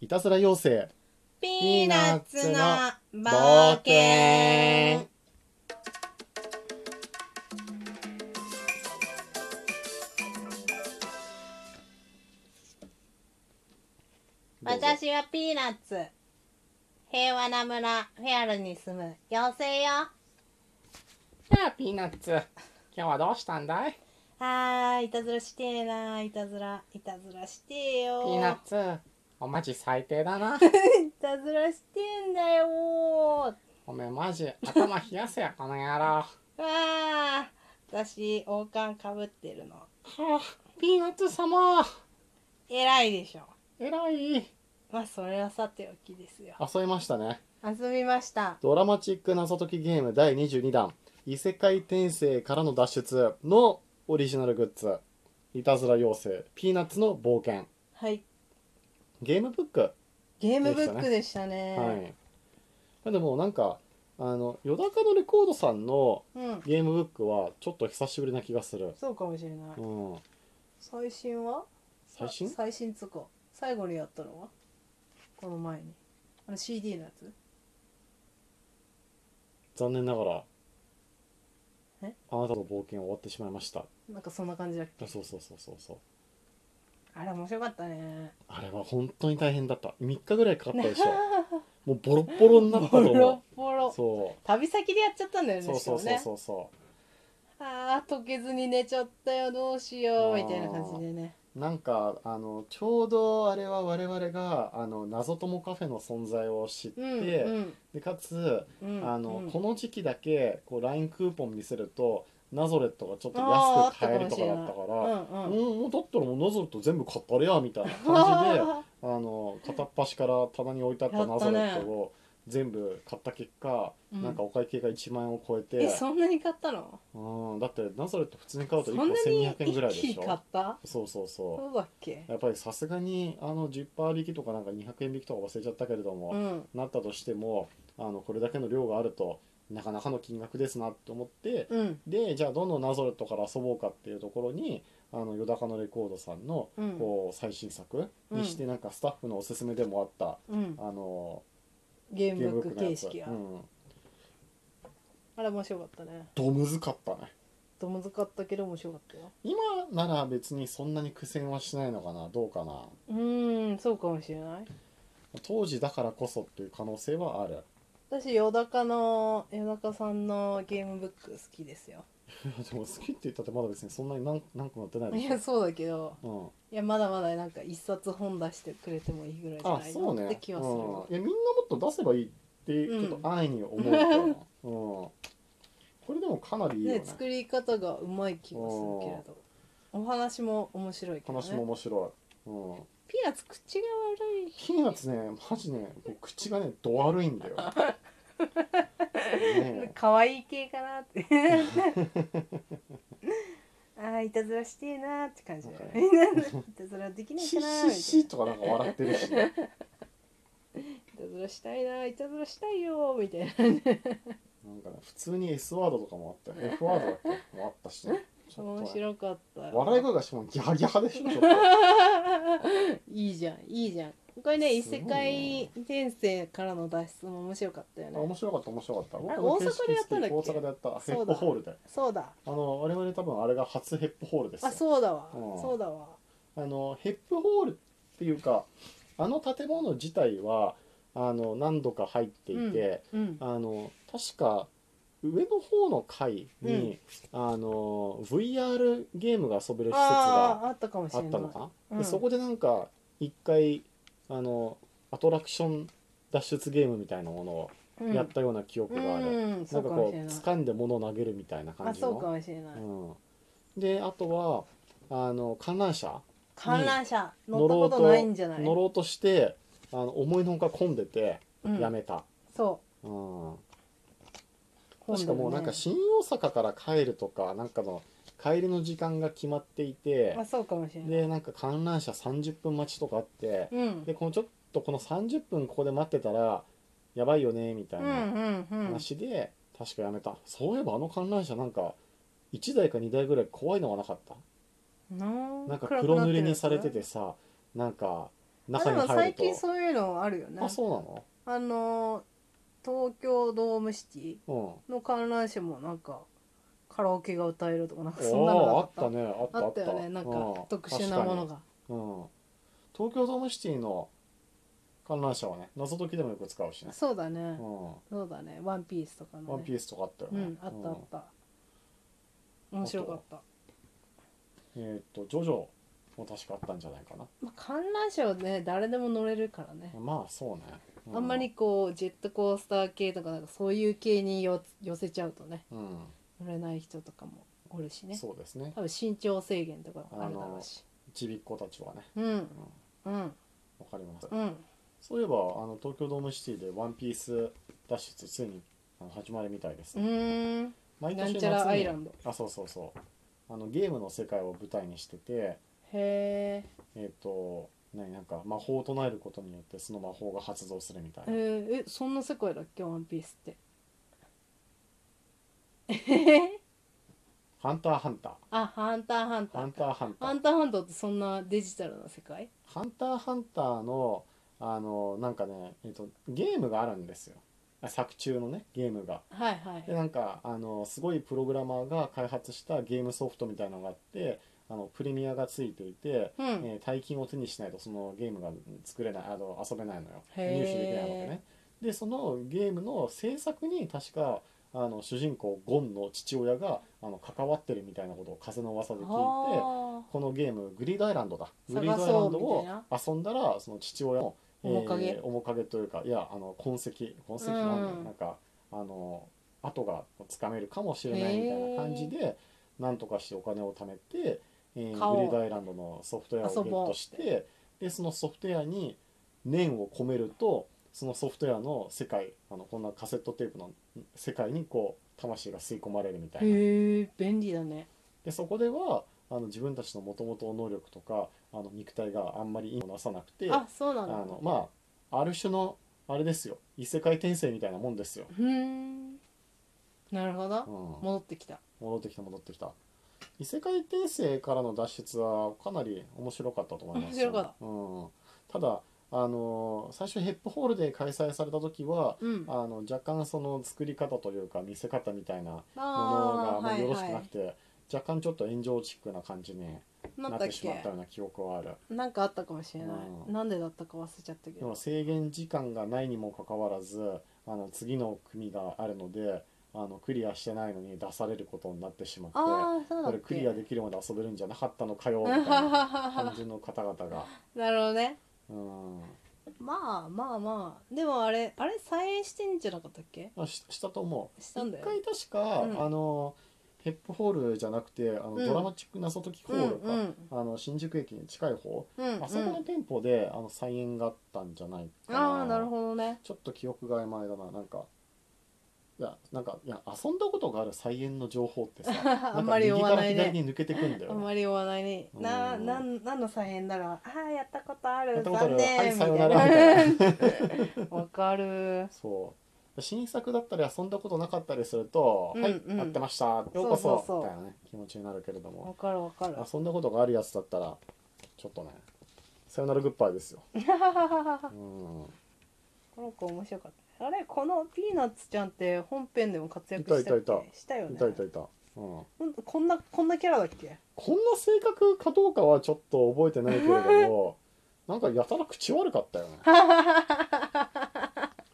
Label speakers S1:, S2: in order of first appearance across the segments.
S1: いたずら妖精
S2: ピーナッツの
S1: 冒
S2: 冒
S1: 険
S2: 険。私はピーナッツ。平和な村、フェアルに住む妖精よ。
S3: やあピーナッツ今日はどうしたんだい
S2: あー、いたずらしてーなー、いたずら、いたずらしてーよ
S3: ピーナッツおマジ最低だな
S2: いたずらしてんだよー。
S3: おめえマジ頭冷やせやこの野郎は
S2: わー、私、王冠かぶってるの。
S3: あピーナッツ様
S2: 偉いでしょ。
S3: 偉い
S2: まあ、それはさておきですよ。
S1: 遊びましたね
S2: 遊びました。
S1: ドラマチック謎解きゲーム第22弾異世界転生からの脱出のオリジナルグッズいたずら妖精ピーナッツの冒険
S2: はい。
S1: ゲームブック、
S2: ゲームブックでしたね。
S1: はいまあでもなんかあの夜中のレコードさんの
S2: うん。
S1: ゲームブックはちょっと久しぶりな気がする
S2: そうかもしれない。
S1: うん
S2: 最新は
S1: 最新
S2: さ最新つうか最後にやったのはこの前にあの CD のやつ
S1: 残念ながら
S2: え
S1: あなたの冒険は終わってしまいました
S2: なんかそんな感じだっけ
S1: あそうそうそうそうそう
S2: あれ面白かったね
S1: あれは本当に大変だった3日ぐらいかか ったでしょもうボロッボロになったと
S2: ボ
S1: 思
S2: ロボ
S1: う
S2: ロ
S1: そう
S2: 旅先でやっちゃったんだよね
S1: そうそうそ
S2: し
S1: う
S2: かもね
S1: そうそ
S2: あー溶けずに寝ちゃったよどうしようみたいな感じでね
S1: うなんかあのちょうどあれは我々があの謎友カフェの存在を知って、
S2: うんうん
S1: でかつ
S2: うん
S1: あの、
S2: うん
S1: この時期だけこう LINE クーポン見せるとナゾレットがちょっと
S2: あーあ
S1: 安
S2: っ
S1: く
S2: た
S1: 買え
S2: か
S1: る
S2: も
S1: と
S2: し
S1: かだ
S2: れ
S1: っ
S2: な
S1: た
S2: い
S1: から
S2: うんうん
S1: もうもうだったらもうナゾレット全部買ったれやみたいな感じ で
S2: あ
S1: あの片っ端から棚に置いてあった
S2: やった
S1: ナ
S2: ね
S1: ゾレットを全部買った結果、
S2: うん
S1: なんかお会計が1万円を超え
S2: ー
S1: て、
S2: えそんなに買ったの
S1: うん、だってナゾレット普通に買うと1
S2: そん
S1: 個
S2: なに
S1: 1200円ぐらいで
S2: 一気に
S1: し
S2: 買っ
S1: ょ
S2: た
S1: そうそうそう
S2: そうだっけ
S1: やっぱりさすがにあの10%引きとかなんか200円引きとか忘れちゃったけれども、
S2: うん
S1: なったとしてもあのこれだけの量があるとなかなかの金額ですなと思って、
S2: うん
S1: でじゃあどのナゾレットから遊ぼうかっていうところにあのよだかのレコードさんの
S2: うん
S1: こう最新作にしてなんかスタッフのおすすめでもあった、
S2: うん
S1: あの
S2: ゲ
S1: ゲー
S2: ーム
S1: ムブ
S2: ブ
S1: ッ
S2: ック
S1: クの
S2: 形
S1: やつ、
S2: 式や
S1: うん、
S2: あれ面白かったね
S1: どむずかったね
S2: ちょっと難かったけど面白かったよ
S1: 今なら別にそんなに苦戦はしないのかなどうかな
S2: うーんそうかもしれない
S1: 当時だからこそっていう可能性はある
S2: 私よだかのよだかさんのゲームブック好きですよ
S1: でも好きって言ったってまだ別にそんなに何何個もやってない
S2: い
S1: でし
S2: やそうだけど
S1: ょ、
S2: いやまだまだなんか一冊本出してくれてもいいぐらいじ
S1: うん、
S2: ゃ
S1: あ
S2: ない
S1: そう
S2: の、
S1: ね
S2: って気はするわ
S1: うん、いやみんなもっと出せばいいって
S2: うん
S1: ちょっと安易に思うから、うんこれでもかなりいいよね
S2: ね作り方がうまい気がするけれどお話も面白いけど
S1: 話も
S2: ね
S1: 面白い、うん、
S2: ピーナッツ口が悪い
S1: ピーナッツねマジねもう口がねど悪いん だよねえ
S2: 可愛い系かなって あーいたずらしてえなーって感じだよね いたずらできない
S1: シ
S2: か
S1: ッ
S2: な
S1: シッ
S2: ーみた
S1: シ
S2: い
S1: ッとかなんか笑ってるし、ね、
S2: ないたずらしたいなーいたずらしたいよーみたいな
S1: なんかね普通に S ワードとかもあったよ F ワードだっけもあったしねちょっ
S2: 面
S1: と、ね、
S2: 白かったよ
S1: 笑い声がしてもギャギャでしょちょっと
S2: いいじゃんいいじゃんこれね異
S1: すごい
S2: 世
S1: ね
S2: 界転生からの脱出も面白かったよ
S1: あ
S2: ね
S1: 面白かった面白かった僕
S2: あ
S1: の
S2: 大阪
S1: 形式
S2: でやったんだっけ
S1: 好き大阪でやったヘ
S2: そ
S1: ッ
S2: う
S1: ポ
S2: だ
S1: ホールで
S2: そう
S1: あ
S2: だ
S1: の我々多分あれが初ヘップホールですよ
S2: あそうだわ
S1: うん
S2: そうだわ
S1: あのヘップホールっていうかあの建物自体はあの何度か入っていて、
S2: うん
S1: あの確か上の方の階に、あの VR ゲームが遊べる施設
S2: あ
S1: が
S2: ああったかもし
S1: あ
S2: れ
S1: っ
S2: ない
S1: たのかな、
S2: うん
S1: でそこでなんか一回あのアトラクション脱出ゲームみたいなものを
S2: うん
S1: やったような記憶がある、
S2: うん
S1: な
S2: そ
S1: ん
S2: う
S1: か
S2: かも
S1: こ
S2: し
S1: う
S2: れない
S1: 掴んで物を投げるみたいな感
S2: あ
S1: じ
S2: そうか
S1: の、
S2: もしれない
S1: うん、であとはあの観覧車
S2: 観覧車
S1: 乗
S2: 乗った
S1: ろ
S2: こ
S1: うと
S2: とないんじゃない
S1: 乗ろうとしてあの思いのほか混んでて
S2: うん
S1: やめた、
S2: そ
S1: うん
S2: う
S1: 確かもうなんか新大阪から帰るとかなんかの帰りの時間が決まっていて
S2: あそうかもしれない
S1: でなんか観覧車30分待ちとかあって
S2: うん
S1: でこのちょっとこの30分ここで待ってたらやばいよねみた
S2: う
S1: い
S2: ん
S1: な
S2: うんうん
S1: 話で、確かやめたそういえばあの観覧車なんか1台か2台ぐらい怖いのはなかった
S2: な
S1: なんか
S2: 暗く
S1: 黒塗
S2: っる
S1: り
S2: や
S1: に
S2: つ
S1: されててさなんか
S2: あ
S1: 中
S2: で
S1: に
S2: も
S1: 入る
S2: 最
S1: と
S2: 近そういうのあるよね
S1: あそうなの
S2: あの東京ドームシティ
S1: うん
S2: の観覧車もなんかカラオケが歌えるとかなんかそんなの
S1: あ
S2: な
S1: ああ
S2: か
S1: っ
S2: った
S1: たねあった
S2: あ
S1: あ
S2: っ
S1: ったた
S2: よねなんか
S1: うん
S2: 特殊なものが
S1: うん、東京ドームシティの観覧車はね謎解きでもよく使うしね、
S2: そうだ
S1: う
S2: ね
S1: ん
S2: そうだねワンピースとかのね
S1: ワンピースとかあったよ
S2: う
S1: ね、
S2: んあったあった面白かった
S1: うんえーっとジョジョも確かあったんじゃないかな
S2: まあ観覧車はね誰でも乗れるからね
S1: まあそうね、う
S2: あんまりこうジェットコースター系とかなんかそういう系によ寄せちゃうとね
S1: うん、
S2: 乗れない人とかもおるしね
S1: そうですね
S2: 多分身長制限とかもあるだろうし
S1: ちびっ子たちはね
S2: うんうん
S1: わかります、
S2: うん
S1: そういえばあの東京ドームシティでワンピース脱出ついにあの始まるみたいです
S2: う
S1: ね、
S2: ーん
S1: 毎
S2: な
S1: 年
S2: ん
S1: 夏
S2: ちゃらアイラ
S1: に
S2: ンド
S1: あそうそうそうあのゲームの世界を舞台にしてて
S2: へ
S1: えっ、と何なんか魔法を唱えることによってその魔法が発動するみたい
S2: え
S1: な、
S2: えそんな世界だっけワンピースって
S1: ハンターハンター
S2: あハンターハンタ
S1: ハン
S2: ー
S1: タ
S2: か
S1: ーハンタ
S2: ハ
S1: ー
S2: ンターハンターってそんなデジタルな世界
S1: ハンターハンターのあのなんかね、えっとゲームがあるんですよあ作中のねゲームが
S2: はいは
S1: で
S2: い
S1: なんかあのすごいプログラマーが開発したゲームソフトみたいのがあってあのプレミアがついていて、
S2: うん
S1: えー大金を手にしないとそのゲームが作れないあの遊べないのよ
S2: へー
S1: 入手できないわけねでそのゲームの制作に確かあの主人公ゴンの父親があの関わってるみたいなことを風の噂で聞いて
S2: は
S1: このゲームグリードアイランドだグ
S2: 探そう
S1: リードアイランド
S2: みたい
S1: を
S2: な
S1: 遊んだらその父親の、
S2: 面影
S1: ー面影というかいやあの痕跡痕跡なんだよ
S2: うん
S1: なんかあの跡がつかめるかもしれないみたいな感じでなんとかしてお金を貯めて、えー
S2: 買おう
S1: グリードアイランドのソフトウェアをゲットして
S2: 遊
S1: でそのソフトウェアに念を込めるとそのソフトウェアの世界あのこんなカセットテープの世界にこう魂が吸い込まれるみたいな。
S2: へえ便利だね
S1: でそこではあの自分たちのもともとの能力とかあの肉体があんまりいいものをなさなくて
S2: あそうな
S1: あ
S2: んだ
S1: のまあある種のあれですよ異世界転生みたいなもんですよ、
S2: ふーんなるほ
S1: う
S2: ど
S1: ん、
S2: 戻ってきた
S1: 戻ってきた戻ってきた異世界転生からの脱出はかなり面白かったと思いますよ
S2: 面白かっ
S1: うん、ただあの最初ヘップホールで開催された時は
S2: うん
S1: あの若干その作り方というか見せ方みたいなものが
S2: あ
S1: あ
S2: ー
S1: んま
S2: は
S1: りよ
S2: い
S1: ろしく
S2: は
S1: なく
S2: い
S1: て、若干ちょっと炎上チックな感じに、
S2: な
S1: なっ
S2: っ
S1: た
S2: って
S1: しまった
S2: け
S1: ような記憶はある
S2: なんかあったかもしれない
S1: うん
S2: なんでだったか忘れちゃったけ
S1: で
S2: ど
S1: も制限時間がないにもかかわらずあの次の組があるのであのクリアしてないのに出されることになってしまって
S2: ああそう
S1: こ
S2: だっけ
S1: れクリアできるまで遊べるんじゃなかったのかよみたいな 感
S2: な
S1: じの方々が、
S2: るほどね
S1: うん、
S2: まあまあまあでもあれあれ再演してんじゃなかったっけ
S1: あししたと思う
S2: したんだ
S1: 一
S2: よ
S1: 回確か、
S2: うん
S1: あのヘップホールじゃなくてあの、
S2: うん
S1: ドラマチック謎解きホ
S2: うん
S1: ールか、
S2: うん
S1: あの新宿駅に近い方、
S2: うんうん
S1: あそこの店舗であの再演があったんじゃないか
S2: ああなるほどね
S1: ちょっと記憶が曖昧だな、なんか。いや、なんか、いや、遊んだことがある菜園の情報ってさ、
S2: あ
S1: なんんか
S2: まり
S1: 右
S2: 追
S1: か
S2: わ
S1: ら
S2: ない
S1: 左
S2: ね
S1: に抜けてくんだ
S2: あ
S1: よ
S2: ん
S1: ね。
S2: まり追わないねな
S1: うん
S2: なんなんの再演ならああやったことある
S1: やったことあ
S2: 残
S1: る
S2: 念
S1: はい
S2: み
S1: さ
S2: た
S1: よ
S2: い
S1: なら
S2: なわかる
S1: そう。新作だったり遊んだことなかったりすると、
S2: うん
S1: はい、
S2: うん
S1: 合ってました、ようこ
S2: そ
S1: そ
S2: うそうそう
S1: みたいなね、気持ちになるけれど
S2: わ
S1: も、
S2: かるわかる
S1: 遊んだことがあるやつだったら、ちょっとね、さよならグッバイですよ。うん。
S2: この子面白かったあれこのピーナッツちゃんって本編でも活躍したっけ
S1: いたいた
S2: したよね
S1: いたいたいた。うん。
S2: ほんとこんなこんなキャラだっけ
S1: こんな性格かどうかはちょっと覚えてないけれど もなんかやたら口悪かったよね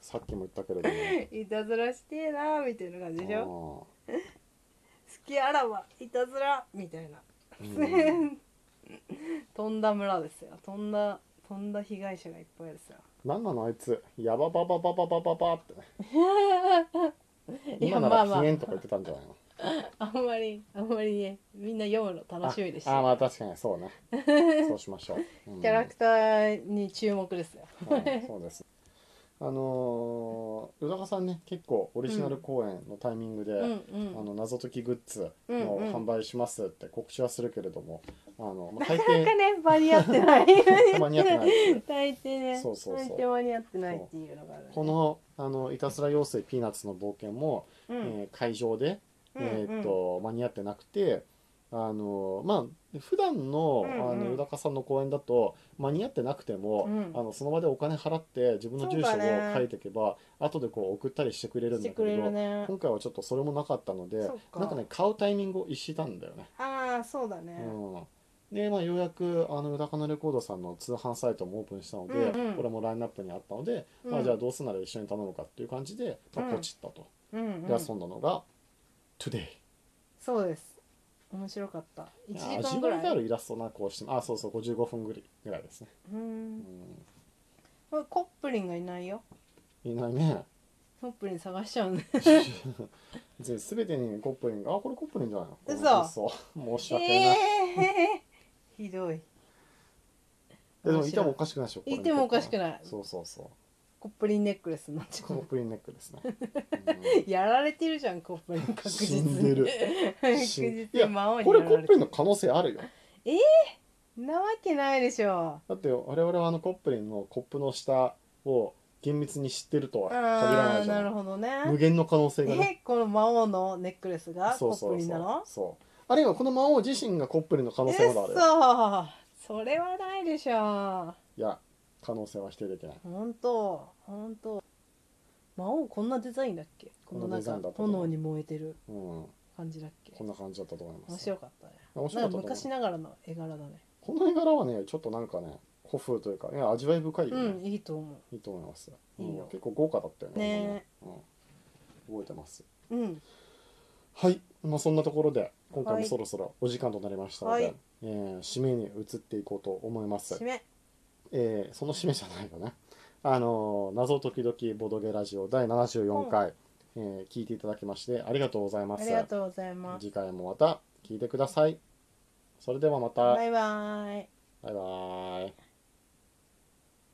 S1: さっきも言ったけれども
S2: いたずらしてえなみたいな感じでしょ
S1: ょ、
S2: 好きあらばいたずらみたいな
S1: うん
S2: 飛んだ村ですよ飛んだ飛んだ被害者がいっぱいですよ
S1: なんなのあいつやばばばばばばばばって
S2: いや
S1: 今な
S2: まあ
S1: ら
S2: まあ
S1: 禁煙とか言ってたんじゃないの
S2: あんまりあんまりねみんな読むの楽しみでし
S1: ああ
S2: た
S1: まあ確かにそう ねそうしましょう、うん
S2: キャラクターに注目ですよ
S1: はいそうですあのー、宇高さんね結構オリジナル公演のタイミングで、
S2: うん
S1: あ
S2: うん
S1: の謎解きグッズ
S2: うん
S1: の
S2: うん
S1: 販売しますって告知はするけれども、あの、まあ、
S2: なか
S1: 大抵
S2: なかね間に合ってない
S1: 間に合ってないですね
S2: 大抵ね
S1: そうそうそう
S2: 大抵間に合ってないっていうのがあるね
S1: このあのいたずら妖精ピーナッツの冒険も、
S2: うん
S1: えー会場で、
S2: うん
S1: えーっと間に合ってなくて、あのまあ普段の、
S2: うんうん
S1: あのよだかさんの公演だと間に合ってなくても、
S2: うん
S1: あのその場でお金払って自分の住所
S2: そうだ
S1: を
S2: ね
S1: 書いていけば、後でこう送ったりしてくれるん
S2: し
S1: だけ
S2: て
S1: ど
S2: くれるね
S1: 今回はちょっとそれもなかったので
S2: そっか
S1: なんかね買うタイミングを逸したんだよね。
S2: ああそうだね、
S1: うん、で、まあ、ようやくあのよだかのレコードさんの通販サイトもオープンしたので、
S2: うんうん
S1: これもラインナップにあったので、
S2: うん
S1: まあ、じゃあどうすんなら一緒に頼むかっていう感じで、まあ、
S2: うん
S1: ポチったと、
S2: うんう
S1: で
S2: ん、
S1: 遊んだのが「Today」
S2: そうです面白かった1時
S1: あ
S2: 間
S1: 味
S2: ぐ
S1: わ
S2: ら
S1: いがあ
S2: い
S1: るイラストなこうしてあそうそう55分ぐらいぐらいですね、
S2: う
S1: うんん、
S2: これコップリンがいないよ
S1: いないね
S2: コップリン探しちゃうね
S1: で全てにコップリンがあこれコップリンじゃないの
S2: 嘘
S1: そう申し
S2: え
S1: 訳ない、
S2: えひどい
S1: ででもいてもおかしくないでしょここに
S2: いてもおかしくない
S1: そうそうそう
S2: コップリンネックレスになっちゃ
S1: コ
S2: う
S1: ップリンネック ですね、
S2: やられてるじゃんコップリン確実に
S1: 死んで る
S2: 確
S1: 死ん
S2: 実
S1: いや
S2: に魔王
S1: うん
S2: に
S1: これ
S2: や
S1: コ
S2: ら
S1: ッ
S2: れ
S1: プ
S2: て
S1: リンの可能性あるよ
S2: るなわけないでしょ
S1: だって我々はあのコップリンのコップの下を厳密に知ってるとは限らな
S2: あ
S1: い
S2: あ
S1: じゃ
S2: な
S1: な
S2: る
S1: い
S2: ほど
S1: 無
S2: ね
S1: 限の可能性がね
S2: えこの魔王のネックレスが
S1: そ
S2: コ
S1: う
S2: ッ
S1: そ
S2: プ
S1: う
S2: リン
S1: そ
S2: な
S1: う
S2: の
S1: そうあるいはこの魔王自身がコップリンの可
S2: う
S1: 能
S2: っ
S1: 性まだある
S2: そそれはないでしょ
S1: いや可能性は否定できない
S2: 本当本当魔王こんなデザインだっけこの
S1: こんなデザイ
S2: 中
S1: ンだったと思う
S2: 炎に燃えてる
S1: うんこ
S2: 感じだっけ
S1: んな感じだったと思いま
S2: 面
S1: す
S2: 白かったね
S1: 面白か
S2: な
S1: った
S2: んか
S1: と思う
S2: 昔ながらの絵柄だね
S1: この絵柄はねちょっとなんかね古風というかいや味わい深いよ
S2: う
S1: ね、
S2: んいいと思
S1: いいと思います
S2: いいよ
S1: うん結構豪華だったよね
S2: ね
S1: 今ねうん、覚えてます
S2: ううん
S1: はい、まあ、そんなところで今回
S2: は
S1: も
S2: い
S1: そろそろお時間となりましたので、
S2: はい
S1: えー締めに移っていこうと思います
S2: 締、め
S1: えーその締めじゃないよねあのー謎時々ボドゲラジオ第74回、えー聞いていただきましてありがとうございま
S2: あ
S1: す
S2: りがとうございます
S1: 次回もまた聞いてくださいそれではまた
S2: バイバイ
S1: バイバイ